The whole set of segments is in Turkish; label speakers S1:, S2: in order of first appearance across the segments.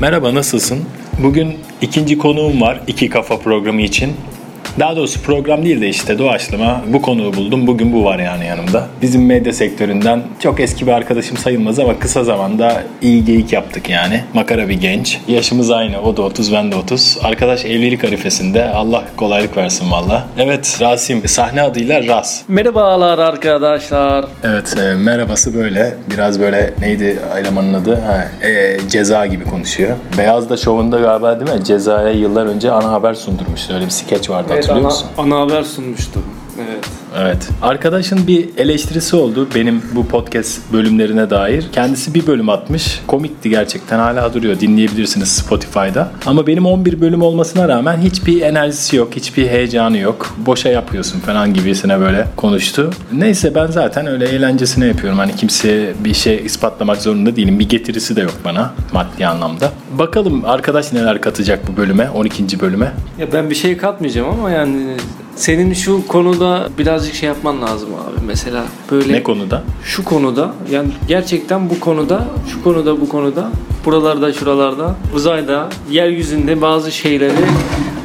S1: Merhaba, nasılsın? Bugün ikinci konuğum var iki kafa programı için. Daha doğrusu program değil de işte doğaçlama bu konuğu buldum. Bugün bu var yani yanımda. Bizim medya sektöründen çok eski bir arkadaşım sayılmaz ama kısa zamanda iyi geyik yaptık yani. Makara bir genç. Yaşımız aynı. O da 30 ben de 30. Arkadaş evlilik arifesinde. Allah kolaylık versin valla. Evet Rasim sahne adıyla Ras.
S2: Merhabalar arkadaşlar.
S1: Evet e, merhabası böyle. Biraz böyle neydi elemanın adı? Ha, e, ceza gibi konuşuyor. Beyaz da şovunda galiba değil mi? Ceza'ya yıllar önce ana haber sundurmuştu. Öyle bir skeç vardı
S2: Evet,
S1: hatırlıyor
S2: ana,
S1: musun?
S2: ana haber sunmuştum. Evet.
S1: Evet. Arkadaşın bir eleştirisi oldu benim bu podcast bölümlerine dair. Kendisi bir bölüm atmış. Komikti gerçekten. Hala duruyor. Dinleyebilirsiniz Spotify'da. Ama benim 11 bölüm olmasına rağmen hiçbir enerjisi yok. Hiçbir heyecanı yok. Boşa yapıyorsun falan gibisine böyle konuştu. Neyse ben zaten öyle eğlencesine yapıyorum. Hani kimseye bir şey ispatlamak zorunda değilim. Bir getirisi de yok bana maddi anlamda. Bakalım arkadaş neler katacak bu bölüme. 12. bölüme.
S2: Ya ben bir şey katmayacağım ama yani senin şu konuda birazcık şey yapman lazım abi. Mesela böyle
S1: Ne konuda?
S2: şu konuda yani gerçekten bu konuda, şu konuda, bu konuda, buralarda, şuralarda, uzayda, yeryüzünde bazı şeyleri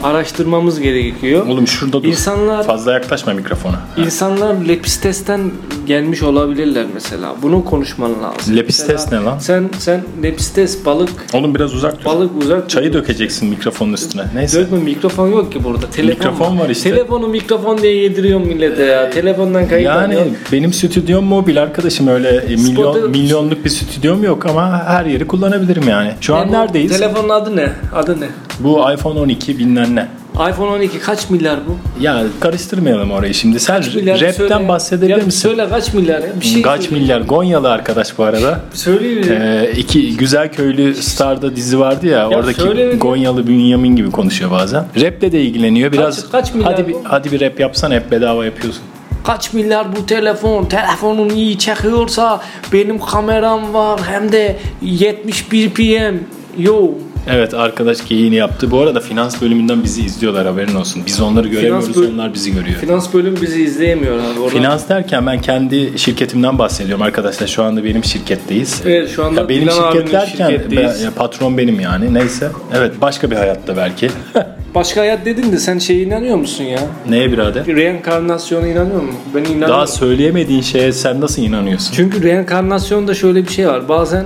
S2: araştırmamız gerekiyor.
S1: Oğlum şurada dur.
S2: İnsanlar
S1: Fazla yaklaşma mikrofona.
S2: İnsanlar lepistes'ten gelmiş olabilirler mesela. Bunu konuşman lazım.
S1: Lepistes
S2: Mesela
S1: ne lan?
S2: Sen sen lepistes balık
S1: Oğlum biraz uzak dur.
S2: balık uzak
S1: Çayı dökeceksin mikrofonun üstüne. Neyse.
S2: Dökme mikrofon yok ki burada. Telefon
S1: Mikrofon var işte. Ee,
S2: Telefonu mikrofon diye yediriyorum millete ya. Telefondan kayıt
S1: Yani
S2: alıyor.
S1: benim stüdyom mobil arkadaşım öyle e, milyon
S2: Spotu-
S1: milyonluk bir stüdyom yok ama her yeri kullanabilirim yani. Şu an
S2: Ne bu?
S1: neredeyiz?
S2: Telefonun adı ne? Adı ne?
S1: Bu iPhone 12 bilmem ne.
S2: iPhone 12 kaç milyar bu?
S1: Ya karıştırmayalım orayı şimdi. Sen
S2: Milyar söyle
S1: rapten
S2: ya.
S1: bahsedebilir
S2: Ya
S1: misin?
S2: Söyle kaç milyar ya? Bir şey
S1: Kaç
S2: söyle.
S1: milyar Gonyalı arkadaş bu arada.
S2: Söyleyeyim mi?
S1: Ee, iki güzel köylü Star'da dizi vardı ya, oradaki
S2: söyle-
S1: Gonyalı Bünyamin gibi konuşuyor bazen. Rap'le de ilgileniyor biraz.
S2: Kaç- kaç milyar
S1: hadi bir,
S2: bu?
S1: hadi bir rap yapsan hep bedava yapıyorsun.
S2: Kaç milyar bu telefon? Telefonun iyi çekiyorsa benim kameram var hem de 70 BPM. Yo.
S1: Evet arkadaş geyiğini yaptı. Bu arada finans bölümünden bizi izliyorlar haberin olsun. Biz onları göremiyoruz
S2: böl-
S1: onlar bizi görüyor.
S2: Finans bölüm bizi izleyemiyor abi. Orada.
S1: Finans derken ben kendi şirketimden bahsediyorum arkadaşlar. Şu anda benim şirketteyiz.
S2: Evet şu anda
S1: Ya benim
S2: Dilan
S1: şirket
S2: abinin
S1: derken
S2: şirketteyiz.
S1: ben- ya patron benim yani. Neyse. Evet başka bir hayatta belki.
S2: Başka hayat dedin de sen şeye inanıyor musun ya?
S1: Neye birader?
S2: Reenkarnasyona inanıyor musun? Ben inanıyorum.
S1: Daha söyleyemediğin şeye sen nasıl inanıyorsun?
S2: Çünkü reenkarnasyonda şöyle bir şey var. Bazen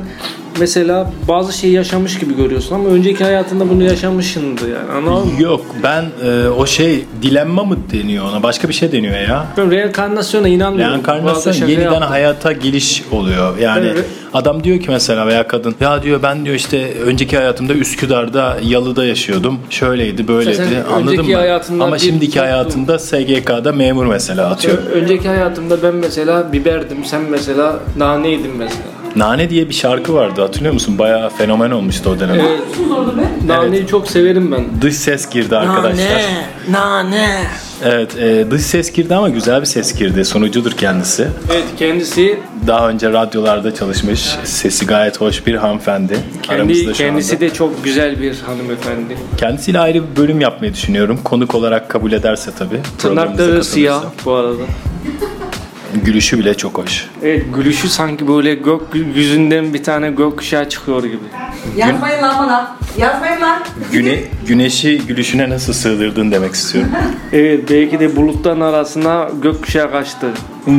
S2: mesela bazı şeyi yaşamış gibi görüyorsun ama önceki hayatında bunu yaşamışsındı yani. Anladın mı?
S1: Yok ben e, o şey dilenme mı deniyor ona? Başka bir şey deniyor ya.
S2: Ben reenkarnasyona inanmıyorum. Bazı
S1: Reenkarnasyon
S2: şaka
S1: yeniden
S2: yaptım.
S1: hayata giriş oluyor. Yani
S2: Evet.
S1: adam diyor ki mesela veya kadın ya diyor ben diyor işte önceki hayatımda Üsküdar'da Yalı'da yaşıyordum. Şöyleydi böyleydi
S2: Sen
S1: anladın
S2: önceki
S1: mı?
S2: hayatında
S1: Ama
S2: bir şey
S1: şimdiki
S2: toplum-
S1: hayatında SGK'da memur mesela atıyor.
S2: Ö- Önceki hayatımda ben mesela biberdim, sen mesela naneydin mesela.
S1: Nane diye bir şarkı vardı hatırlıyor musun? Bayağı fenomen olmuştu o dönem.
S2: Evet, naneyi çok severim ben.
S1: Dış ses girdi arkadaşlar.
S2: nane.
S1: Evet, e, dış ses girdi ama güzel bir ses girdi. Sunucudur kendisi.
S2: Evet, kendisi
S1: Daha önce radyolarda çalışmış. Sesi gayet hoş bir hanımefendi.
S2: kendi,
S1: Aramızda şu
S2: kendisi
S1: anda.
S2: de çok güzel bir hanımefendi.
S1: Kendisiyle ayrı bir bölüm yapmayı düşünüyorum. Konuk olarak kabul ederse tabii. Programımıza
S2: Tırnakları
S1: katılırsa.
S2: siyah bu arada.
S1: Gülüşü bile çok hoş.
S2: Evet, gülüşü sanki böyle gök yüzünden bir tane gökkuşağı çıkıyor gibi.
S3: Yazmayın lan bana. Yazmayın lan.
S1: Güne, güneşi gülüşüne nasıl sığdırdın demek istiyorum.
S2: Evet, belki de bulutların arasına gökkuşağı kaçtı.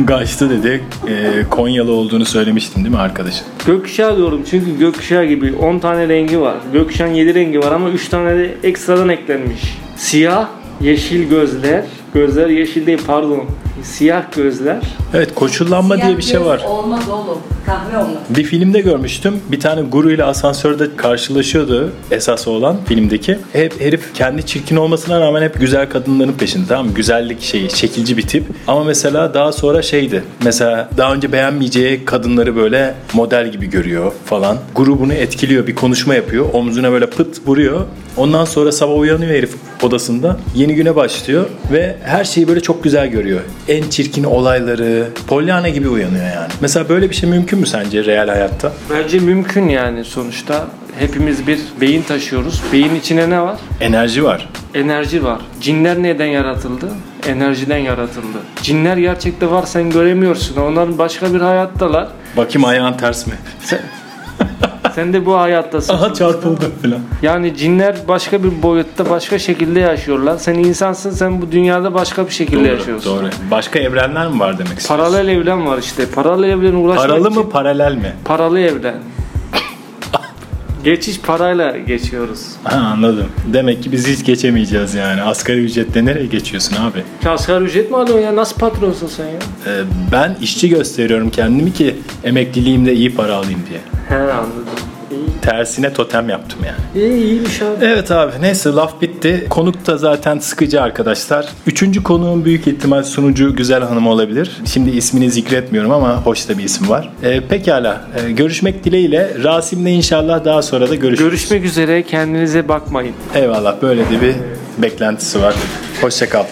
S1: Kaçtı dedi. E, Konyalı olduğunu söylemiştim değil mi arkadaşım?
S2: Gökkuşağı diyorum çünkü gökkuşağı gibi 10 tane rengi var. Gökkuşağın 7 rengi var ama 3 tane de ekstradan eklenmiş. Siyah, yeşil gözler. Gözler yeşil değil pardon. Siyah gözler.
S1: Evet koşullanma diye bir şey var.
S3: Olmaz oğlum. Kahve olmaz.
S1: Bir filmde görmüştüm. Bir tane guru ile asansörde karşılaşıyordu esas olan filmdeki. Hep herif kendi çirkin olmasına rağmen hep güzel kadınların peşinde tamam mı? Güzellik şeyi, şekilci bir tip. Ama mesela daha sonra şeydi. Mesela daha önce beğenmeyeceği kadınları böyle model gibi görüyor falan. Guru bunu etkiliyor. Bir konuşma yapıyor. Omzuna böyle pıt vuruyor. Ondan sonra sabah uyanıyor herif odasında. Yeni güne başlıyor ve her şeyi böyle çok güzel görüyor. En çirkin olayları, Pollyanna gibi uyanıyor yani. Mesela böyle bir şey mümkün mü sence real hayatta?
S2: Bence mümkün yani sonuçta. Hepimiz bir beyin taşıyoruz. Beyin içine ne var?
S1: Enerji var.
S2: Enerji var. Cinler neden yaratıldı? Enerjiden yaratıldı. Cinler gerçekte var sen göremiyorsun. Onlar başka bir hayattalar.
S1: Bakayım ayağın ters mi?
S2: Sen, Sen de bu hayattasın.
S1: Aha çarpıldım falan.
S2: Yani cinler başka bir boyutta başka şekilde yaşıyorlar. Sen insansın sen bu dünyada başka bir şekilde yaşıyorsun.
S1: Doğru. Başka evrenler mi var demek istiyorsun?
S2: Paralel evren var işte. Paralel evren uğraşmak
S1: Paralı
S2: için-
S1: mı paralel mi?
S2: Paralı evren. Geçiş parayla geçiyoruz.
S1: Ha anladım. Demek ki biz hiç geçemeyeceğiz yani. Asgari ücretle nereye geçiyorsun abi?
S2: Ya Asgari ücret mi alıyorsun ya? Nasıl patronsun sen ya?
S1: Ee, ben işçi gösteriyorum kendimi ki emekliliğimde iyi para alayım diye.
S2: He anladım. İyi.
S1: Tersine totem yaptım yani.
S2: İyi şey. iyiymiş abi.
S1: Evet abi neyse laf bitti. Konuk da zaten sıkıcı arkadaşlar. Üçüncü konuğun büyük ihtimal sunucu Güzel Hanım olabilir. Şimdi ismini zikretmiyorum ama hoş da bir isim var. Ee, pekala ee, görüşmek dileğiyle Rasim'le inşallah daha sonra da görüşürüz.
S2: Görüşmek üzere kendinize bakmayın.
S1: Eyvallah böyle de bir beklentisi var. Hoşçakal.